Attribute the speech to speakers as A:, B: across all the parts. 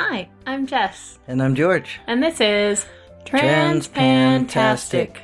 A: I'm Jess,
B: And I'm George,
A: and this is Transpantastic.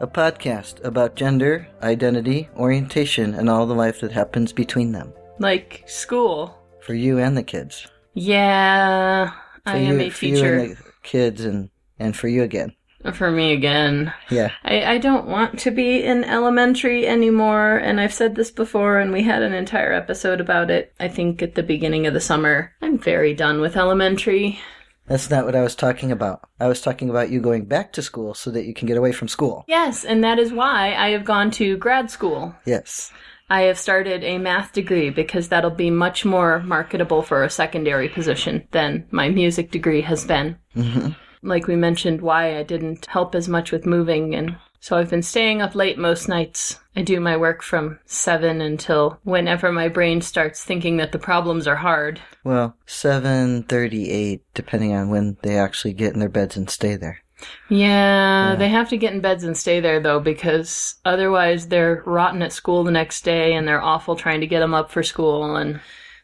B: a podcast about gender, identity, orientation, and all the life that happens between them
A: Like school.
B: for you and the kids. For
A: Yeah, I
B: you,
A: am a
B: for you and
A: teacher.
B: the kids, and and for you again.
A: For me again.
B: Yeah,
A: I, I don't want to be in elementary anymore, and I've said this before, and we had an entire episode about it, I think, at the beginning of the summer. I'm very done with elementary.
B: that's not what I was talking about. I was talking about you going back to school so that you can get away from school.
A: Yes, and that is why I have gone to grad school.
B: Yes,
A: I have started a math degree because that'll be much more marketable for a secondary position than my music degree has been. Mm-hmm. Like we mentioned, why I didn't help as much with moving, and so I've been staying up late most nights. I do my work from 7 until whenever my brain starts thinking that the problems are hard.
B: well, seven thirty-eight, depending on when they actually get in their beds and stay there.
A: Yeah, they have to get in beds and stay there though, because otherwise they're rotten at school the next day and they're awful trying to get them up for school. And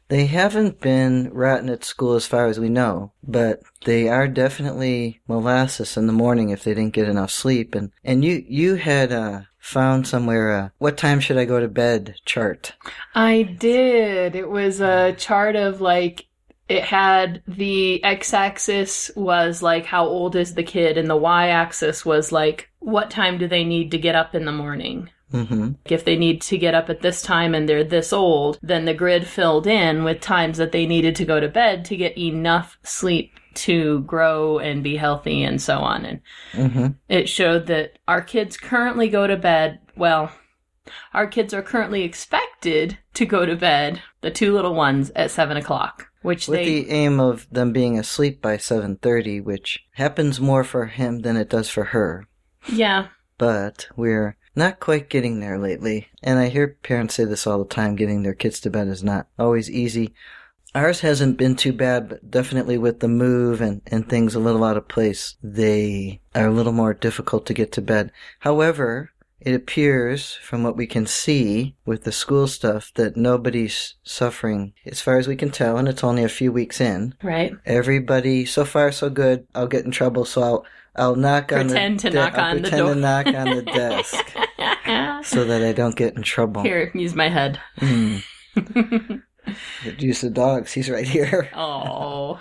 B: They haven't been rotten at school as far as we know, but they are definitely molasses in the morning if they didn't get enough sleep. And, and you, you had, uh, found somewhere, uh, what time should I go to bed chart.
A: I did. It was a chart of like it had the x-axis was like how old is the kid and the y-axis was like what time do they need to get up in the morning.
B: hmm
A: If they need to get up at this time and they're this old, then the grid filled in with times that they needed to go to bed to get enough sleep to grow and be healthy and so on and
B: hmm
A: it showed that our kids currently go to bed, well, our kids are currently expected to go to bed, the two little ones, at 7 o'clock, which
B: With
A: they.
B: the aim of them being asleep by 7.30, which happens more for him than it does for her.
A: yeah.
B: But we're not quite getting there lately. And I hear parents say this all the time getting their kids to bed is not always easy. Ours hasn't been too bad, but definitely with the move and, and things a little out of place, they are a little more difficult to get to bed. However, it appears from what we can see with the school stuff that nobody's suffering as far as we can tell, and it's only a few weeks in.
A: Right.
B: Everybody, so far so good. I'll get in trouble, so I'll I'll knock on
A: Pretend
B: the
A: to
B: de-
A: knock
B: I'll
A: on the
B: pretend
A: door.
B: to knock on the desk so that I don't get in trouble.
A: Here, use my head.
B: Mm. The use of dogs. He's right here.
A: Oh.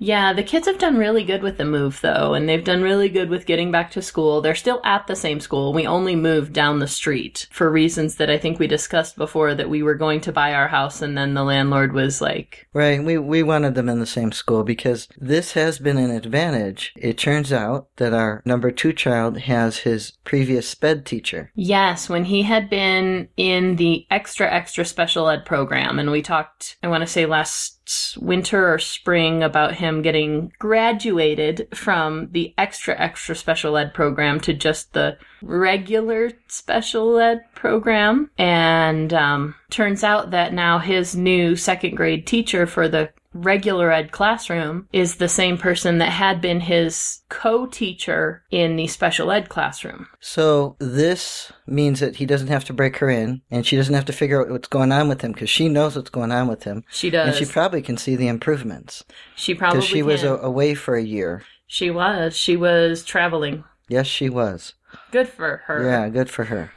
A: Yeah, the kids have done really good with the move, though, and they've done really good with getting back to school. They're still at the same school. We only moved down the street for reasons that I think we discussed before that we were going to buy our house, and then the landlord was like,
B: Right. We we wanted them in the same school because this has been an advantage. It turns out that our number two child has his previous sped teacher.
A: Yes, when he had been in the extra, extra special ed program, and we talked, I want to say last winter or spring, about him getting graduated from the extra, extra special ed program to just the regular special ed program. And um, turns out that now his new second grade teacher for the regular ed classroom is the same person that had been his co teacher in the special ed classroom.
B: So this means that he doesn't have to break her in, and she doesn't have to figure out what's going on with him because she knows what's going on with him,
A: She does.
B: and she probably can see the improvements
A: She probably
B: because she
A: can.
B: was a- away for a year.
A: she was. She was traveling.
B: Yes, she was.
A: Good for her.
B: Yeah, good for her.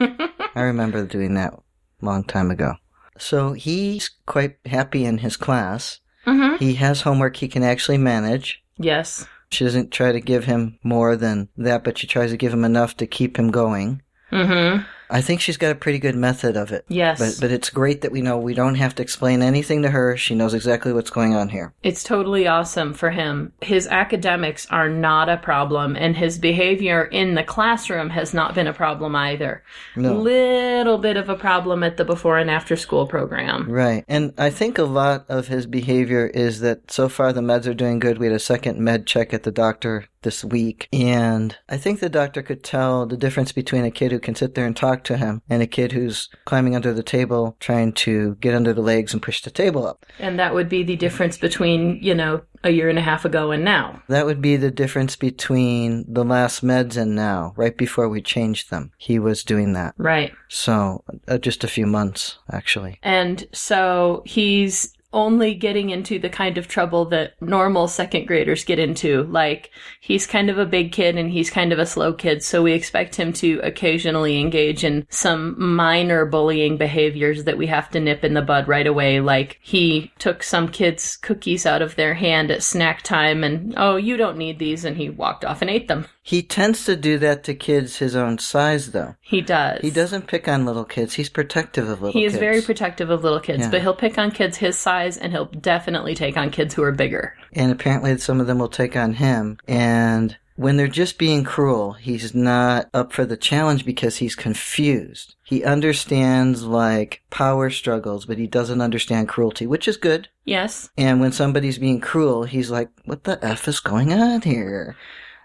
B: I remember doing that long time ago. So he's quite happy in his class.
A: hmm
B: He has homework he can actually manage.
A: Yes.
B: She doesn't try to give him more than that, but she tries to give him enough to keep him going.
A: hmm
B: I think she's got a pretty good method of it.
A: Yes.
B: But but it's great that we know we don't have to explain anything to her. She knows exactly what's going on here.
A: It's totally awesome for him. His academics are not a problem, and his behavior in the classroom has not been a problem either.
B: No.
A: Little bit of a problem at the before and after school program.
B: Right. And I think a lot of his behavior is that so far the meds are doing good. We had a second med check at the doctor this week. And I think the doctor could tell the difference between a kid who can sit there and talk to him and a kid who's climbing under the table, trying to get under the legs and push the table up.
A: And that would be the difference between, you know, a year and a half ago and now.
B: That would be the difference between the last meds and now, right before we changed them. He was doing that.
A: Right.
B: So, uh, just a few months, actually.
A: And so he's only getting into the kind of trouble that normal second graders get into. Like, he's kind of a big kid and he's kind of a slow kid, so we expect him to occasionally engage in some minor bullying behaviors that we have to nip in the bud right away. Like, he took some kid's cookies out of their hand at snack time and, oh, you don't need these, and he walked off and ate them.
B: He tends to do that to kids his own size, though.
A: He does.
B: He doesn't pick on little kids. He's protective of little
A: He
B: kids.
A: is very protective of little kids,
B: Yeah.
A: but he'll pick on kids his size and he'll definitely take on kids who are bigger.
B: and apparently some of them will take on him. And when they're just being cruel, he's not up for the challenge because he's confused. He understands like power struggles, but he doesn't understand cruelty, which is good.
A: Yes.
B: And when somebody's being cruel, he's like, what the F is going on here?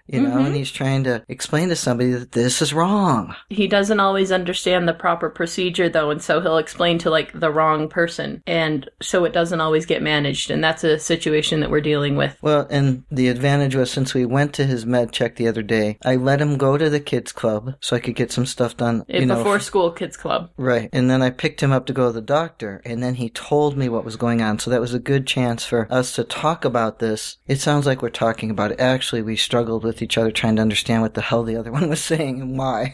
B: You know,
A: Mhm.
B: and he's trying to explain to somebody that this is wrong.
A: He doesn't always understand the proper procedure though, and so he'll explain to like the wrong person. And so it doesn't always get managed, and that's a situation that we're dealing with.
B: Well, and the advantage was since we went to his med check the other day, I let him go to the kids club so I could get some stuff done.
A: It,
B: you know,
A: before school kids club.
B: Right. And then I picked him up to go to the doctor, and then he told me what was going on. So that was a good chance for us to talk about this. It sounds like we're talking about it. Actually, we struggled with each other trying to understand what the hell the other one was saying and why.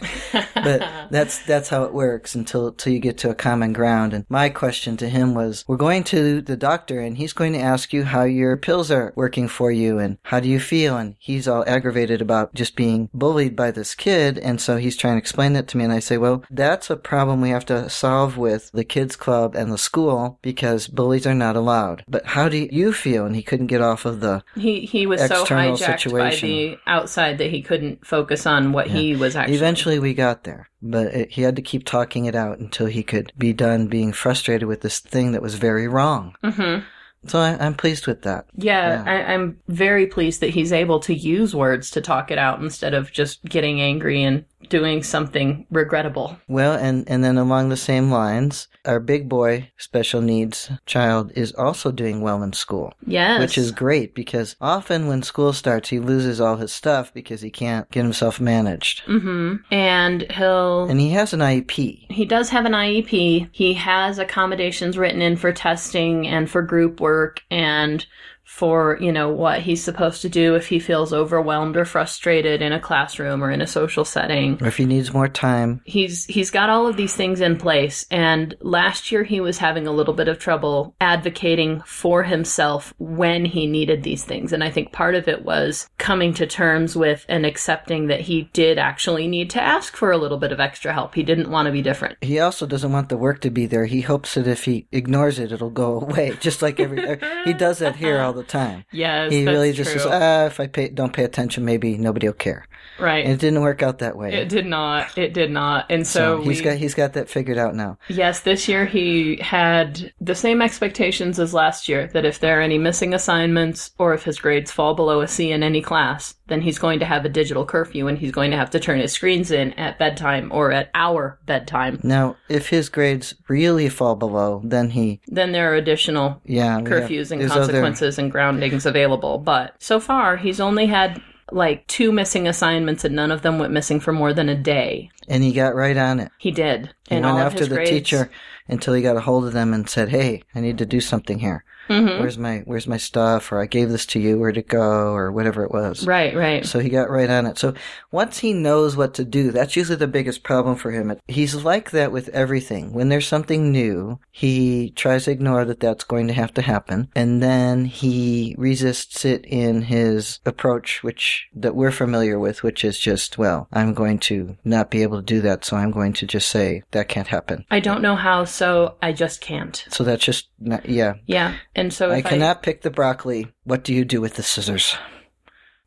B: but that's that's how it works until until you get to a common ground. And my question to him was, we're going to the doctor, and he's going to ask you how your pills are working for you, and how do you feel? And he's all aggravated about just being bullied by this kid, and so he's trying to explain that to me. And I say, well, that's a problem we have to solve with the kids club and the school because bullies are not allowed. But how do you feel? And he couldn't get off of the
A: He he was so
B: External
A: hijacked
B: situation.
A: by the outside that he couldn't focus on what he was actually
B: Eventually, we got there, but it, he had to keep talking it out until he could be done being frustrated with this thing that was very wrong.
A: Mhm.
B: So I, I'm pleased with that.
A: Yeah,
B: Yeah.
A: I, I'm very pleased that he's able to use words to talk it out instead of just getting angry and doing something regrettable.
B: Well, and, and then along the same lines, our big boy special needs child is also doing well in school,
A: Yes.
B: which is great because often when school starts, he loses all his stuff because he can't get himself managed.
A: hmm And he'll.
B: And he has an IEP.
A: he does have an IEP. He has accommodations written in for testing and for group work and for, you know, what he's supposed to do if he feels overwhelmed or frustrated in a classroom or in a social setting.
B: Or if he needs more time,
A: he's he's got all of these things in place and last year he was having a little bit of trouble advocating for himself when he needed these things and i think part of it was coming to terms with and accepting that he did actually need to ask for a little bit of extra help he didn't want to be different
B: He also doesn't want the work to be there. He hopes that if he ignores it, it'll go away. Just like every uh, he does that here all the time.
A: yes
B: He
A: that's
B: really just
A: true.
B: says, ah, if I pay, don't pay attention, maybe nobody will care.
A: right
B: "Oh." And it didn't work out that
A: it
B: way.
A: did not it did not and so,
B: he's
A: we-
B: got he's got that figured out now.
A: Yes, this year he had the same expectations as last year that if there are any missing assignments or if his grades fall below a C in any class, then he's going to have a digital curfew and he's going to have to turn his screens in at bedtime or at our bedtime.
B: Now, if his grades really fall below, then he
A: Then there are additional
B: yeah we have-
A: curfews and
B: there's other-
A: consequences and groundings available. But so far, he's only had like two missing assignments and none of them went missing for more than a day.
B: and he got right on it.
A: He did.
B: He
A: and
B: went
A: all of
B: after
A: his
B: the
A: grades-
B: teacher until he got a hold of them and said, "Hey, I need to do something here.
A: Mhm.
B: Where's my where's my stuff? Or I gave this to you. Where'd it go? Or whatever it was."
A: Right, right.
B: So he got right on it. So once he knows what to do, that's usually the biggest problem for him. He's like that with everything. When there's something new, he tries to ignore that that's going to have to happen. And then he resists it in his approach, which that we're familiar with, which is just, well, I'm going to not be able to do that. So I'm going to just say that can't happen.
A: I don't know how, so I just can't.
B: So that's just, not, yeah.
A: Yeah, and so
B: I
A: if I,
B: cannot pick the broccoli. What do you do with the scissors?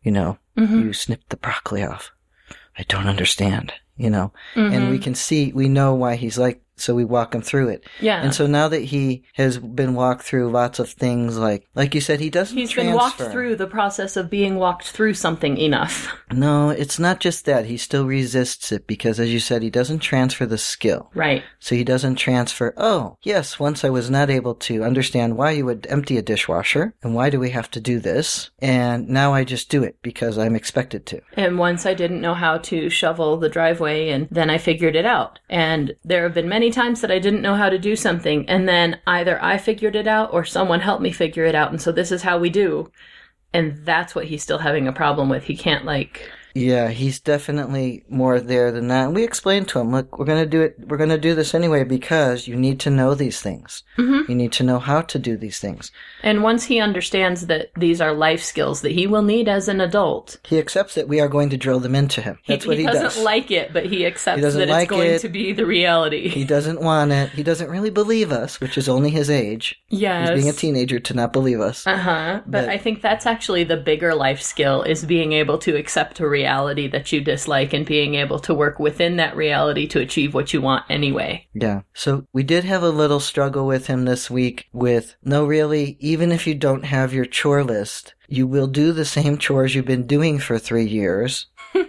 B: You know,
A: Mhm,
B: you snipped the broccoli off. I don't understand, you know. And
A: mhm.
B: we can see, we know why he's like, so we walk him through it.
A: mm-hmm. yeah,
B: And so now that he has been walked through lots of things, like like you said, he doesn't.
A: he's
B: He's
A: been walked through the process of being walked through something enough.
B: No, it's not just that. He still resists it because, as you said, he doesn't transfer the skill.
A: Right.
B: So he doesn't transfer. Oh, yes. Once I was not able to understand why you would empty a dishwasher and why do we have to do this, and now I just do it because I'm expected to.
A: And once I didn't know how to shovel the driveway, and then I figured it out. And there have been many many times that I didn't know how to do something, and then either I figured it out or someone helped me figure it out, and so this is how we do. And that's what he's still having a problem with. He can't like
B: Yeah, he's definitely more there than that. And we explained to him, look, we're going to do it. We're going to do this anyway because you need to know these things.
A: Mm-hmm.
B: You need to know how to do these things.
A: And once he understands that these are life skills that he will need as an adult,
B: He accepts that we are going to drill them into him.
A: he,
B: That's what
A: he
B: he,
A: doesn't
B: does.
A: like it, but he accepts
B: doesn't
A: that
B: like
A: it's going
B: it.
A: to be the reality.
B: he doesn't want it. He doesn't really believe us, which is only his age.
A: yes.
B: He's being a teenager to not believe us.
A: Uh huh. But,
B: But-
A: I think that's actually the bigger life skill is being able to accept a reality that you dislike and being able to work within that reality to achieve what you want anyway.
B: Yeah. So we did have a little struggle with him this week with no, really, even if you don't have your chore list, you will do the same chores you've been doing for three years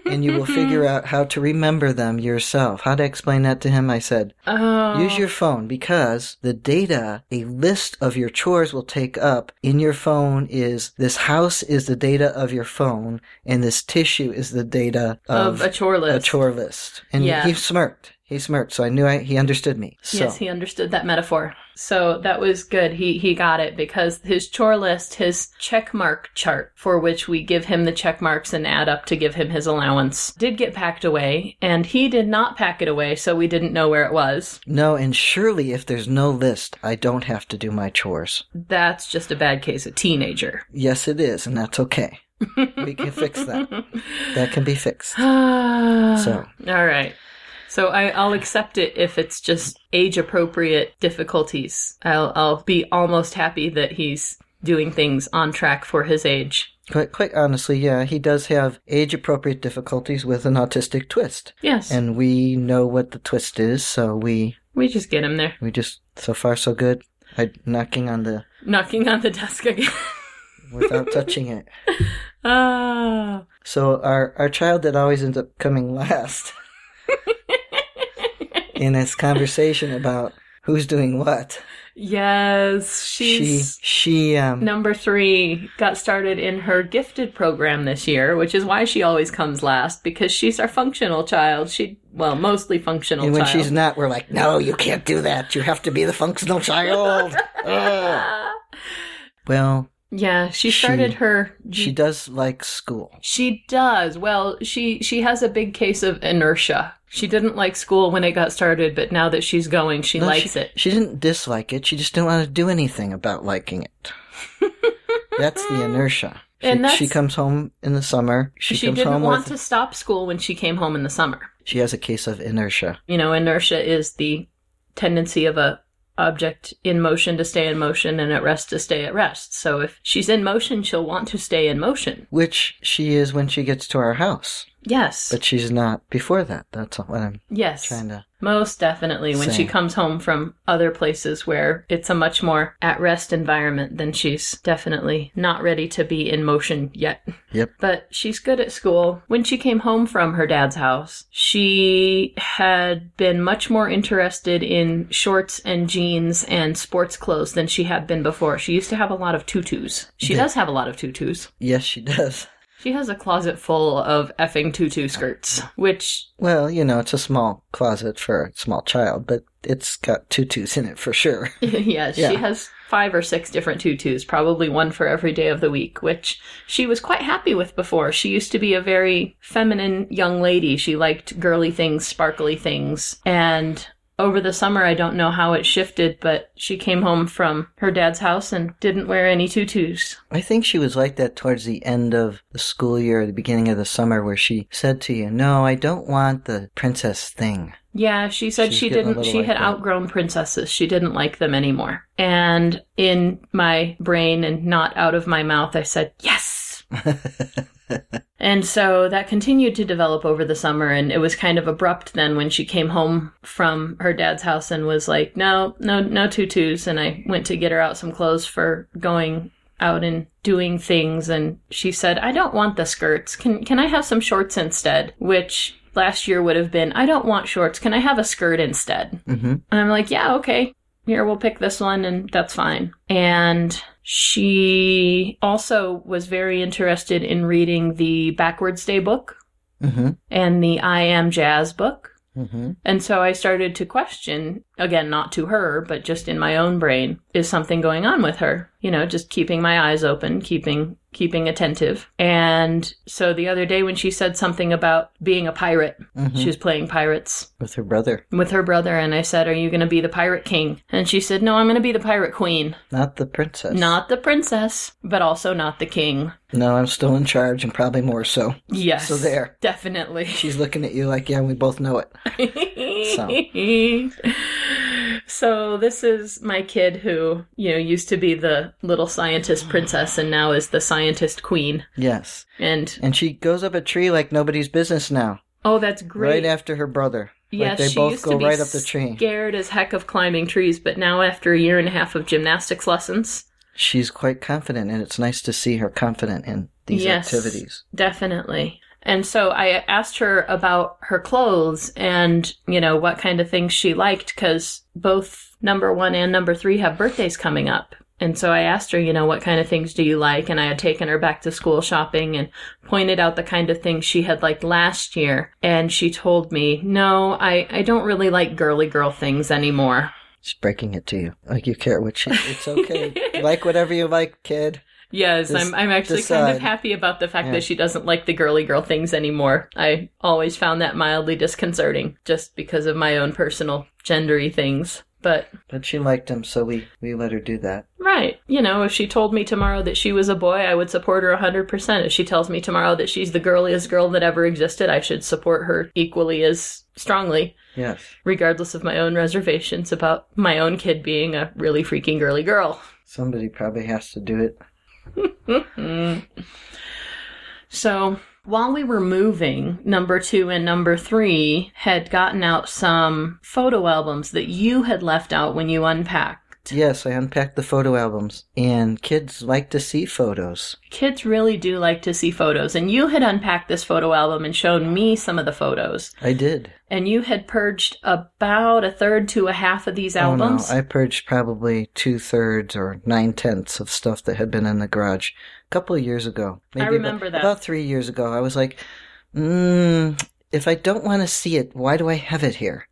B: and you will figure out how to remember them yourself. How to explain that to him, I said,
A: Oh.
B: use your phone because the data, a list of your chores will take up in your phone is this house is the data of your phone and this tissue is the data
A: of,
B: of,
A: a chore
B: a
A: list.
B: chore list. And
A: Yeah.
B: he smirked. He smirked, so I knew I, he understood me. So,
A: Yes, he understood that metaphor. So that was good. He he got it because his chore list, his check mark chart for which we give him the check marks and add up to give him his allowance, did get packed away, and he did not pack it away, so we didn't know where it was.
B: no, and surely if there's no list, I don't have to do my chores.
A: That's just a bad case of teenager.
B: Yes, it is, and that's okay. we can fix that. That can be fixed.
A: so
B: So.
A: all right. So I, I'll accept it if it's just age appropriate difficulties. I'll I'll be almost happy that he's doing things on track for his age.
B: Quite, quite honestly, yeah, he does have age appropriate difficulties with an autistic twist.
A: Yes.
B: And we know what the twist is, so we
A: we just get him there.
B: we just so far so good. I knocking on the
A: Knocking on the desk again.
B: without touching it.
A: Ah.
B: So our our child that always ends up coming last in this conversation about who's doing what.
A: Yes. She's
B: she she um
A: number three got started in her gifted program this year, which is why she always comes last because she's our functional child. She well, mostly functional
B: and when
A: child.
B: she's not, we're like, no, you can't do that. You have to be the functional child. Ugh.
A: Ah.
B: Well,
A: yeah, she
B: She-
A: started her
B: she does like school.
A: She does. Well, she she has a big case of inertia. She didn't like school when it got started, but now that she's going, she
B: No,
A: likes
B: she,
A: it.
B: She didn't dislike it. She just didn't want to do anything about liking it. that's the inertia. She,
A: And that's-
B: she comes home in the summer. She,
A: She
B: comes
A: didn't
B: home
A: want to
B: with.
A: stop school when she came home in the summer.
B: She has a case of inertia.
A: You know, inertia is the tendency of a object in motion to stay in motion and at rest to stay at rest. So if she's in motion, she'll want to stay in motion.
B: Which she is when she gets to our house,
A: Yes.
B: but she's not before that. That's what I'm
A: yes.
B: trying to.
A: Most definitely when she
B: Same.
A: comes home from other places where it's a much more at rest environment, then she's definitely not ready to be in motion yet.
B: Yep.
A: But she's good at school. When she came home from her dad's house, she had been much more interested in shorts and jeans and sports clothes than she had been before. She used to have a lot of tutus. She
B: Yeah.
A: does have a lot of tutus.
B: Yes, she does.
A: She has a closet full of effing tutu skirts, which
B: Well, you know, it's a small closet for a small child, but it's got tutus in it for sure.
A: yes,
B: Yeah.
A: she has five or six different tutus, probably one for every day of the week, which she was quite happy with before. She used to be a very feminine young lady. She liked girly things, sparkly things. And over the summer, I don't know how it shifted, but she came home from her dad's house and didn't wear any tutus.
B: I think she was like that towards the end of the school year, the beginning of the summer, where she said to you, No, I don't want the princess thing.
A: Yeah, she said
B: She's
A: she
B: getting a
A: didn't.
B: little
A: She
B: like
A: had
B: that.
A: outgrown princesses. She didn't like them anymore. And in my brain and not out of my mouth, I said, yes. and so that continued to develop over the summer. And it was kind of abrupt then when she came home from her dad's house and was like, no, no, no tutus. And I went to get her out some clothes for going out and doing things and she said, "I don't want the skirts. Can can I have some shorts instead?" Which last year would have been, "I don't want shorts. Can I have a skirt instead?"
B: hmm
A: And I'm like, "Yeah, okay. Here we'll pick this one and that's fine." And she also was very interested in reading the Backwards Day book
B: hmm
A: and the I Am Jazz book.
B: hmm
A: And so I started to question, again, not to her, but just in my own brain, is something going on with her? You know, just keeping my eyes open, keeping keeping attentive. And so the other day when she said something about being a pirate,
B: hmm
A: she was playing pirates
B: With her brother,
A: with her brother and I said, "Are you going to be the pirate king?" And she said, "No, I'm going to be the pirate queen,
B: not the princess.
A: not the princess, but also not the king."
B: No, I'm still in charge, and probably more so.
A: Yes.
B: So there.
A: Definitely.
B: She's looking at you like, yeah, we both know it.
A: so. this is my kid who, you know, used to be the little scientist princess and now is the scientist queen.
B: Yes.
A: And
B: And she goes up a tree like nobody's business now.
A: oh, that's great.
B: Right after her brother.
A: yes,
B: like they
A: she
B: both
A: used
B: go
A: to be
B: right up the tree.
A: Scared as heck of climbing trees, but now after a year and a half of gymnastics lessons,
B: She's quite confident, and it's nice to see her confident in these
A: Yes.
B: activities.
A: Definitely. And so I asked her about her clothes and, you know, what kind of things she liked because both number one and number three have birthdays coming up. And so I asked her, you know, what kind of things do you like? And I had taken her back to school shopping and pointed out the kind of things she had liked last year. And she told me, no, I, I don't really like girly girl things anymore.
B: She's breaking it to you. Like you care what she. It's okay. like whatever you like, kid.
A: Yes,
B: This-
A: I'm, I'm actually kind
B: decide.
A: of happy about the fact
B: Yeah.
A: that she doesn't like the girly girl things anymore. I always found that mildly disconcerting just because of my own personal gendery things. But,
B: But she liked him, so we, we let her do that.
A: right, you know, if she told me tomorrow that she was a boy, I would support her 100%. If she tells me tomorrow that she's the girliest girl that ever existed, I should support her equally as strongly,
B: Yes.
A: regardless of my own reservations about my own kid being a really freaking girly girl.
B: Somebody probably has to do it.
A: Mm. So while we were moving, number two and number three had gotten out some photo albums that you had left out when you unpacked.
B: Yes, I unpacked the photo albums, and kids like to see photos.
A: Kids really do like to see photos, and you had unpacked this photo album and shown me some of the photos.
B: I did.
A: And you had purged about a third to a half of these
B: Oh, no,
A: albums.
B: I purged probably two thirds or nine tenths of stuff that had been in the garage a couple of years ago. about-
A: remember that.
B: About three years ago, I was like, mm, if I don't want to see it, why do I have it here?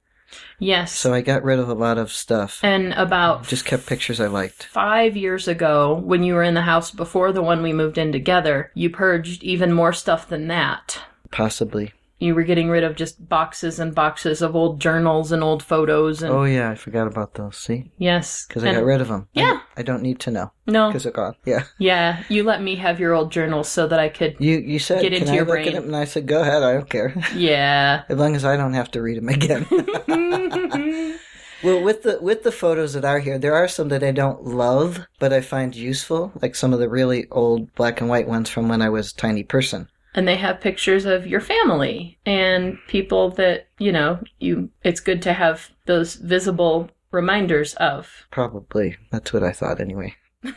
A: yes.
B: So I got rid of a lot of stuff.
A: and about
B: Just kept pictures I liked.
A: five years ago, when you were in the house before the one we moved in together, you purged even more stuff than that.
B: Possibly.
A: You were getting rid of just boxes and boxes of old journals and old photos and
B: Oh, yeah, I forgot about those. See?
A: yes,
B: Because I
A: Hmm. and-
B: got rid of them.
A: Yeah. Oh.
B: I, I don't need to know.
A: no,
B: Because they're gone. Yeah.
A: yeah, you let me have your old journals so that I could.
B: You you said,
A: Get into
B: can I
A: your
B: look
A: brain.
B: at them? And I said, go ahead. I don't care.
A: Yeah.
B: as long as I don't have to read them again. Well, with the with the photos that are here, there are some that I don't love, but I find useful, like some of the really old black and white ones from when I was a tiny person.
A: and they have pictures of your family and people that you know you. It's good to have those visible reminders of.
B: Probably that's what I thought anyway.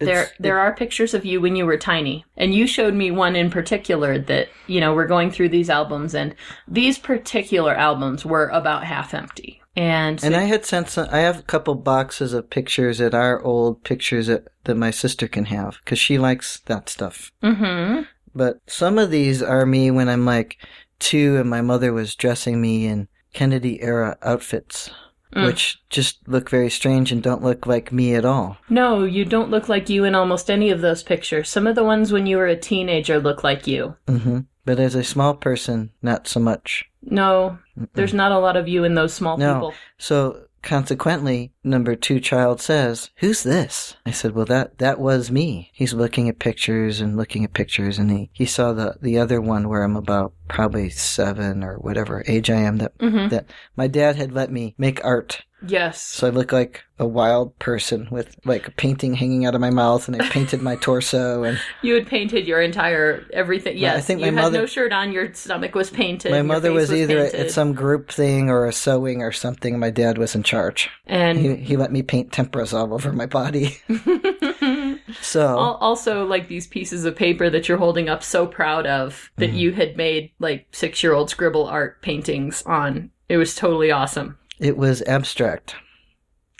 A: There, there are pictures of you when you were tiny, and you showed me one in particular that you know we're going through these albums, and these particular albums were about half empty. And, so-
B: and I had sent some. I have a couple boxes of pictures that are old pictures that, that my sister can have because she likes that stuff.
A: Mm-hmm.
B: But some of these are me when I'm like two, and my mother was dressing me in Kennedy era outfits,
A: Mm.
B: which just look very strange and don't look like me at all.
A: No, you don't look like you in almost any of those pictures. Some of the ones when you were a teenager look like you.
B: hmm But as a small person, not so much.
A: No,
B: Mm-mm.
A: there's not a lot of you in those small
B: No.
A: people.
B: So consequently, number two child says, "Who's this?" I said, "Well, that that was me." He's looking at pictures and looking at pictures, and he he saw the the other one where I'm about probably seven or whatever age I am. That
A: Mm-hmm.
B: that my dad had let me make art,
A: Yes.
B: so I look like a wild person with like a painting hanging out of my mouth, and I painted my torso and.
A: You had painted your entire everything.
B: I
A: Yes.
B: think
A: you
B: my
A: had
B: mother-
A: no shirt on, your stomach was painted.
B: My
A: your
B: mother
A: face
B: was either
A: painted.
B: at some group thing or a sewing or something. and My dad was in charge.
A: and
B: He, he let me paint temperas all over my body. So,
A: Al- also like these pieces of paper that you're holding up so proud of
B: Mm-hmm.
A: that you had made like 6-year-old scribble art paintings on. It was totally awesome.
B: it was abstract.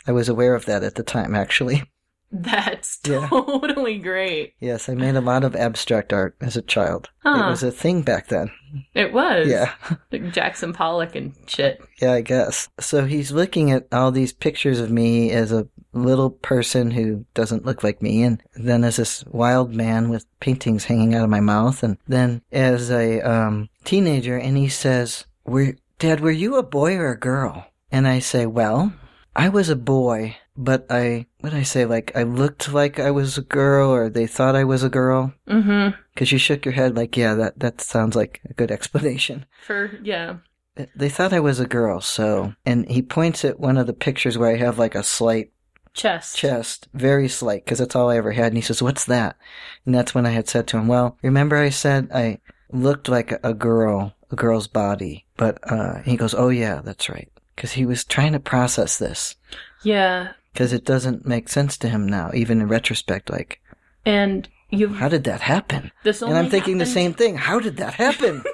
B: I was aware of that at the time, actually.
A: That's
B: Yeah.
A: totally great.
B: Yes, I made a lot of abstract art as a child.
A: Huh.
B: It was a thing back then.
A: Ah. It was.
B: Yeah.
A: Like Jackson Pollock and shit.
B: Yeah, I guess. So he's looking at all these pictures of me as a little person who doesn't look like me, and then as this wild man with paintings hanging out of my mouth, and then as a um, teenager, and he says, "Were Dad, were you a boy or a girl?" And I say, "Well, I was a boy, but I what did I say? Like I looked like I was a girl, or they thought I was a girl."
A: Mm-hmm.
B: Because you shook your head, like, "Yeah, that that sounds like a good explanation."
A: For yeah.
B: They thought I was a girl, so. And he points at one of the pictures where I have like a slight
A: Chess.
B: chest, very slight, because that's all I ever had. And he says, What's that? And that's when I had said to him, Well, remember I said I looked like a girl, a girl's body. But uh, he goes, Oh, yeah, that's right. Because he was trying to process this,
A: Yeah.
B: because it doesn't make sense to him now, even in retrospect. Like,
A: And you've
B: how did that happen?
A: this only
B: and I'm thinking the
A: happened-
B: same thing. How did that happen?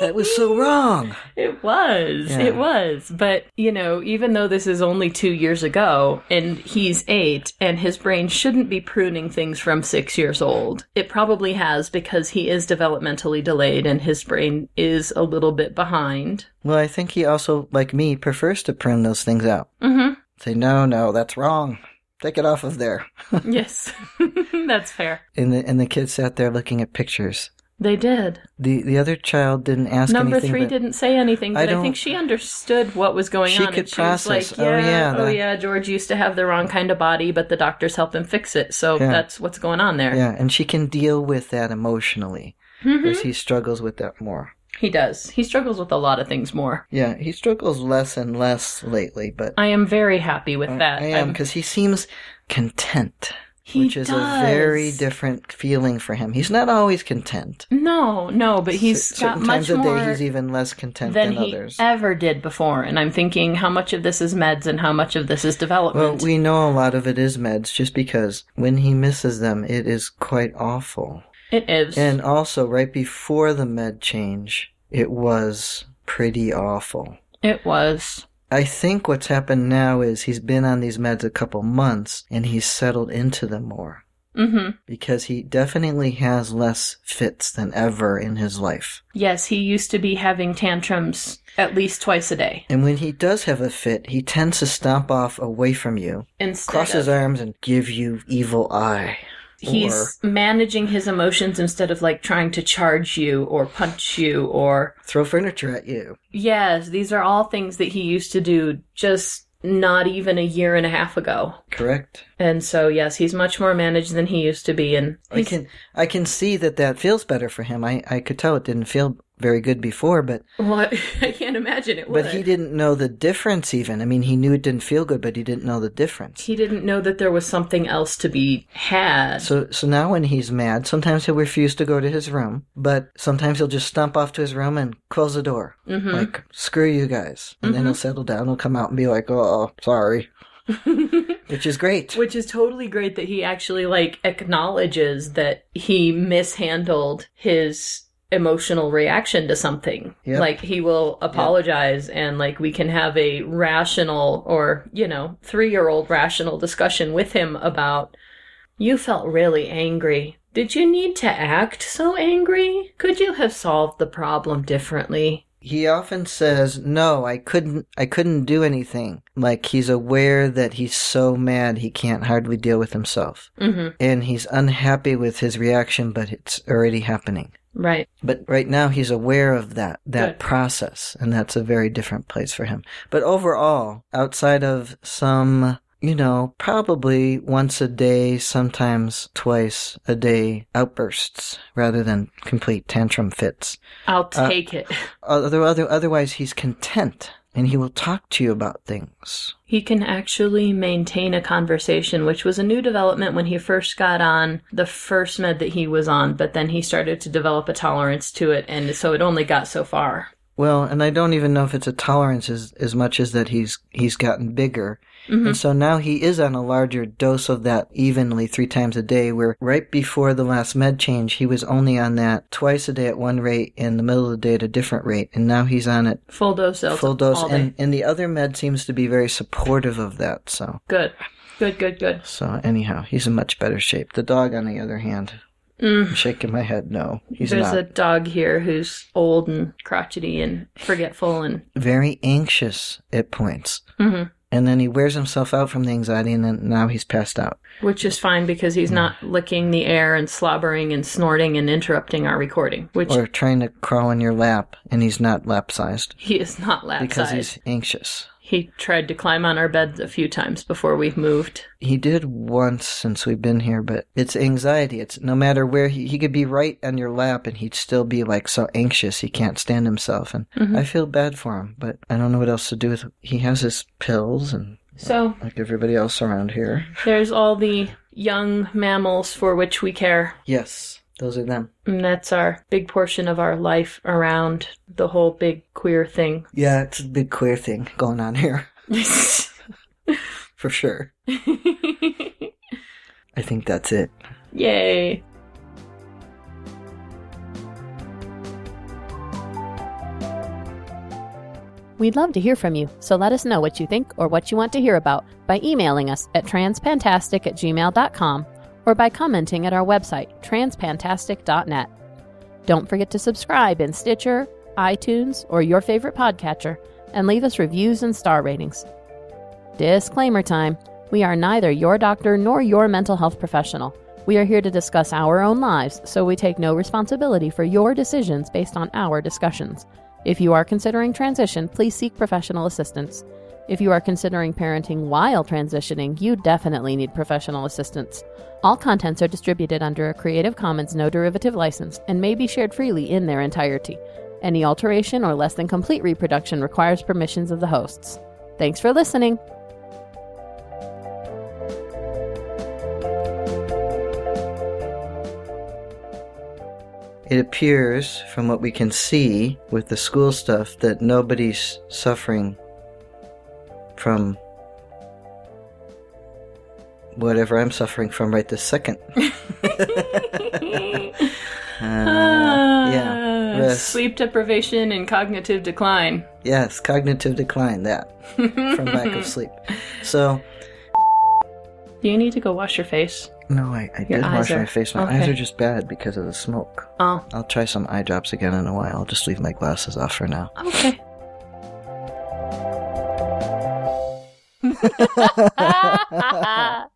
B: that was so wrong.
A: It was.
B: Yeah.
A: It was. But, you know, even though this is only two years ago and he's eight and his brain shouldn't be pruning things from six years old, it probably has because he is developmentally delayed and his brain is a little bit behind.
B: Well, I think he also, like me, prefers to print those things out.
A: Mm
B: Say, no, no, that's wrong. Take it off of there.
A: hmm. yes. That's fair.
B: And the, and the kid sat there looking at pictures.
A: They did.
B: The the other child didn't ask
A: Number
B: anything.
A: three
B: but-
A: didn't say anything,
B: I
A: but I,
B: don't-
A: think she understood what was going
B: She
A: on.
B: could
A: and she
B: process,
A: was
B: oh,
A: like, yeah,
B: yeah,
A: oh,
B: that-
A: yeah, George used to have the wrong kind of body, but the doctors help him fix it. So
B: Yeah.
A: that's what's going on there.
B: Yeah, and she can deal with that emotionally,
A: Mhm.
B: whereas he struggles with that more.
A: He does. He struggles with a lot of things more.
B: Yeah, he struggles less and less lately, but
A: I am very happy with
B: I-
A: that.
B: I am
A: I'm-
B: because he seems content,
A: he
B: which is a
A: does.
B: very different feeling for him. He's not always content.
A: No, no, but he's
B: Cer-
A: got
B: certain
A: much
B: times of
A: more
B: day he's even less content
A: than
B: than
A: he
B: others.
A: ever did before, and I'm thinking how much of this is meds and how much of this is
B: Well,
A: development.
B: we know a lot of it is meds just because when he misses them, it is quite awful.
A: it is.
B: And also, right before the med change, it was pretty awful.
A: it was.
B: I think what's happened now is he's been on these meds a couple months and he's settled into them more
A: Mm-hmm.
B: because he definitely has less fits than ever in his life.
A: Yes, he used to be having tantrums at least twice a day.
B: And when he does have a fit, he tends to stomp off away from you,
A: Instead
B: cross his
A: of-
B: arms, and give you evil eye.
A: he's managing his emotions instead of like trying to charge you or punch you or
B: Throw furniture at you.
A: Yes, these are all things that he used to do just not even a year and a half ago.
B: Correct?
A: And so, yes, he's much more managed than he used to be. And
B: I
A: he's-
B: can I can see that that feels better for him. I, I could tell it didn't feel very good before, but
A: well, I can't imagine it would.
B: but he didn't know the difference even. I mean, he knew it didn't feel good, but he didn't know the difference.
A: He didn't know that there was something else to be had.
B: So so now when he's mad, sometimes he'll refuse to go to his room, but sometimes he'll just stomp off to his room and close the door,
A: Mhm.
B: like screw you guys, and then he'll settle down. He'll come out and be like, oh, sorry, which is great.
A: Which is totally great that he actually like acknowledges that he mishandled his emotional reaction to something.
B: Yep.
A: Like he will apologize and like we can have a rational or, you know, 3-year-old rational discussion with him about you felt really angry. Did you need to act so angry? Could you have solved the problem differently?
B: he often says no i couldn't i couldn't do anything like he's aware that he's so mad he can't hardly deal with himself
A: Mhm.
B: and he's unhappy with his reaction but it's already happening
A: Right.
B: but right now he's aware of that that
A: Good.
B: process and that's a very different place for him but overall outside of some you know probably once a day sometimes twice a day outbursts rather than complete tantrum fits
A: I'll
B: Uh,
A: take it.
B: other, other, otherwise he's content and he will talk to you about things.
A: He can actually maintain a conversation, which was a new development when he first got on the first med that he was on, but then he started to develop a tolerance to it, and so it only got so far.
B: Well, and I don't even know if it's a tolerance as, as much as that he's he's gotten bigger.
A: Mm-hmm.
B: And so now he is on a larger dose of that evenly three times a day where right before the last med change he was only on that twice a day at one rate and the middle of the day at a different rate and now he's on it
A: Full dose, Elta,
B: full dose
A: all day.
B: and, and the other med seems to be very supportive of that so
A: Good. Good, good, good.
B: So anyhow, he's in much better shape. The dog, on the other hand,
A: Mm.
B: I'm shaking my head. No, he's
A: There's
B: not.
A: a dog here who's old and crotchety and forgetful and
B: Very anxious at points,
A: Mhm.
B: and then he wears himself out from the anxiety, and then now he's passed out.
A: which is fine because
B: Hmm.
A: he's not licking the air and slobbering and snorting and interrupting our recording, which
B: Or trying to crawl in your lap, and he's not lap sized
A: he is not lap
B: because
A: sized.
B: he's anxious.
A: He tried to climb on our beds a few times before we moved.
B: He did once since we've been here, but it's anxiety. It's no matter where he, he could be right on your lap and he'd still be like so anxious he can't stand himself. And
A: Mhm.
B: I feel bad for him, but I don't know what else to do with. He has his pills and
A: So
B: like everybody else around here.
A: there's all the young mammals for which we care.
B: Yes, those are them.
A: And that's our big portion of our life around the whole big queer thing.
B: Yeah, it's a big queer thing going on here for sure. I think that's it.
A: Yay.
C: We'd love to hear from you, so let us know what you think or what you want to hear about by emailing us at transpantastic at gmail.com or by commenting at our website, transpantastic.net. Don't forget to subscribe in Stitcher, iTunes, or your favorite podcatcher, and leave us reviews and star ratings. Disclaimer time we are neither your doctor nor your mental health professional. We are here to discuss our own lives, so we take no responsibility for your decisions based on our discussions. If you are considering transition, please seek professional assistance. If you are considering parenting while transitioning, you definitely need professional assistance. All contents are distributed under a Creative Commons no derivative license and may be shared freely in their entirety. Any alteration or less than complete reproduction requires permissions of the hosts. Thanks for listening!
B: It appears, from what we can see with the school stuff, that nobody's suffering from whatever I'm suffering from right this second. Uh, yeah.
A: Ah,
B: Yes.
A: Sleep deprivation and cognitive decline.
B: Yes, cognitive decline, that, from lack of sleep. So,
A: Do you need to go wash your face?
B: no, I, I
A: Your
B: did
A: eyes
B: wash
A: are-
B: my face. My
A: okay.
B: eyes are just bad because of the smoke.
A: Oh,
B: I'll try some eye drops again in a while. I'll just leave my glasses off for now.
A: okay.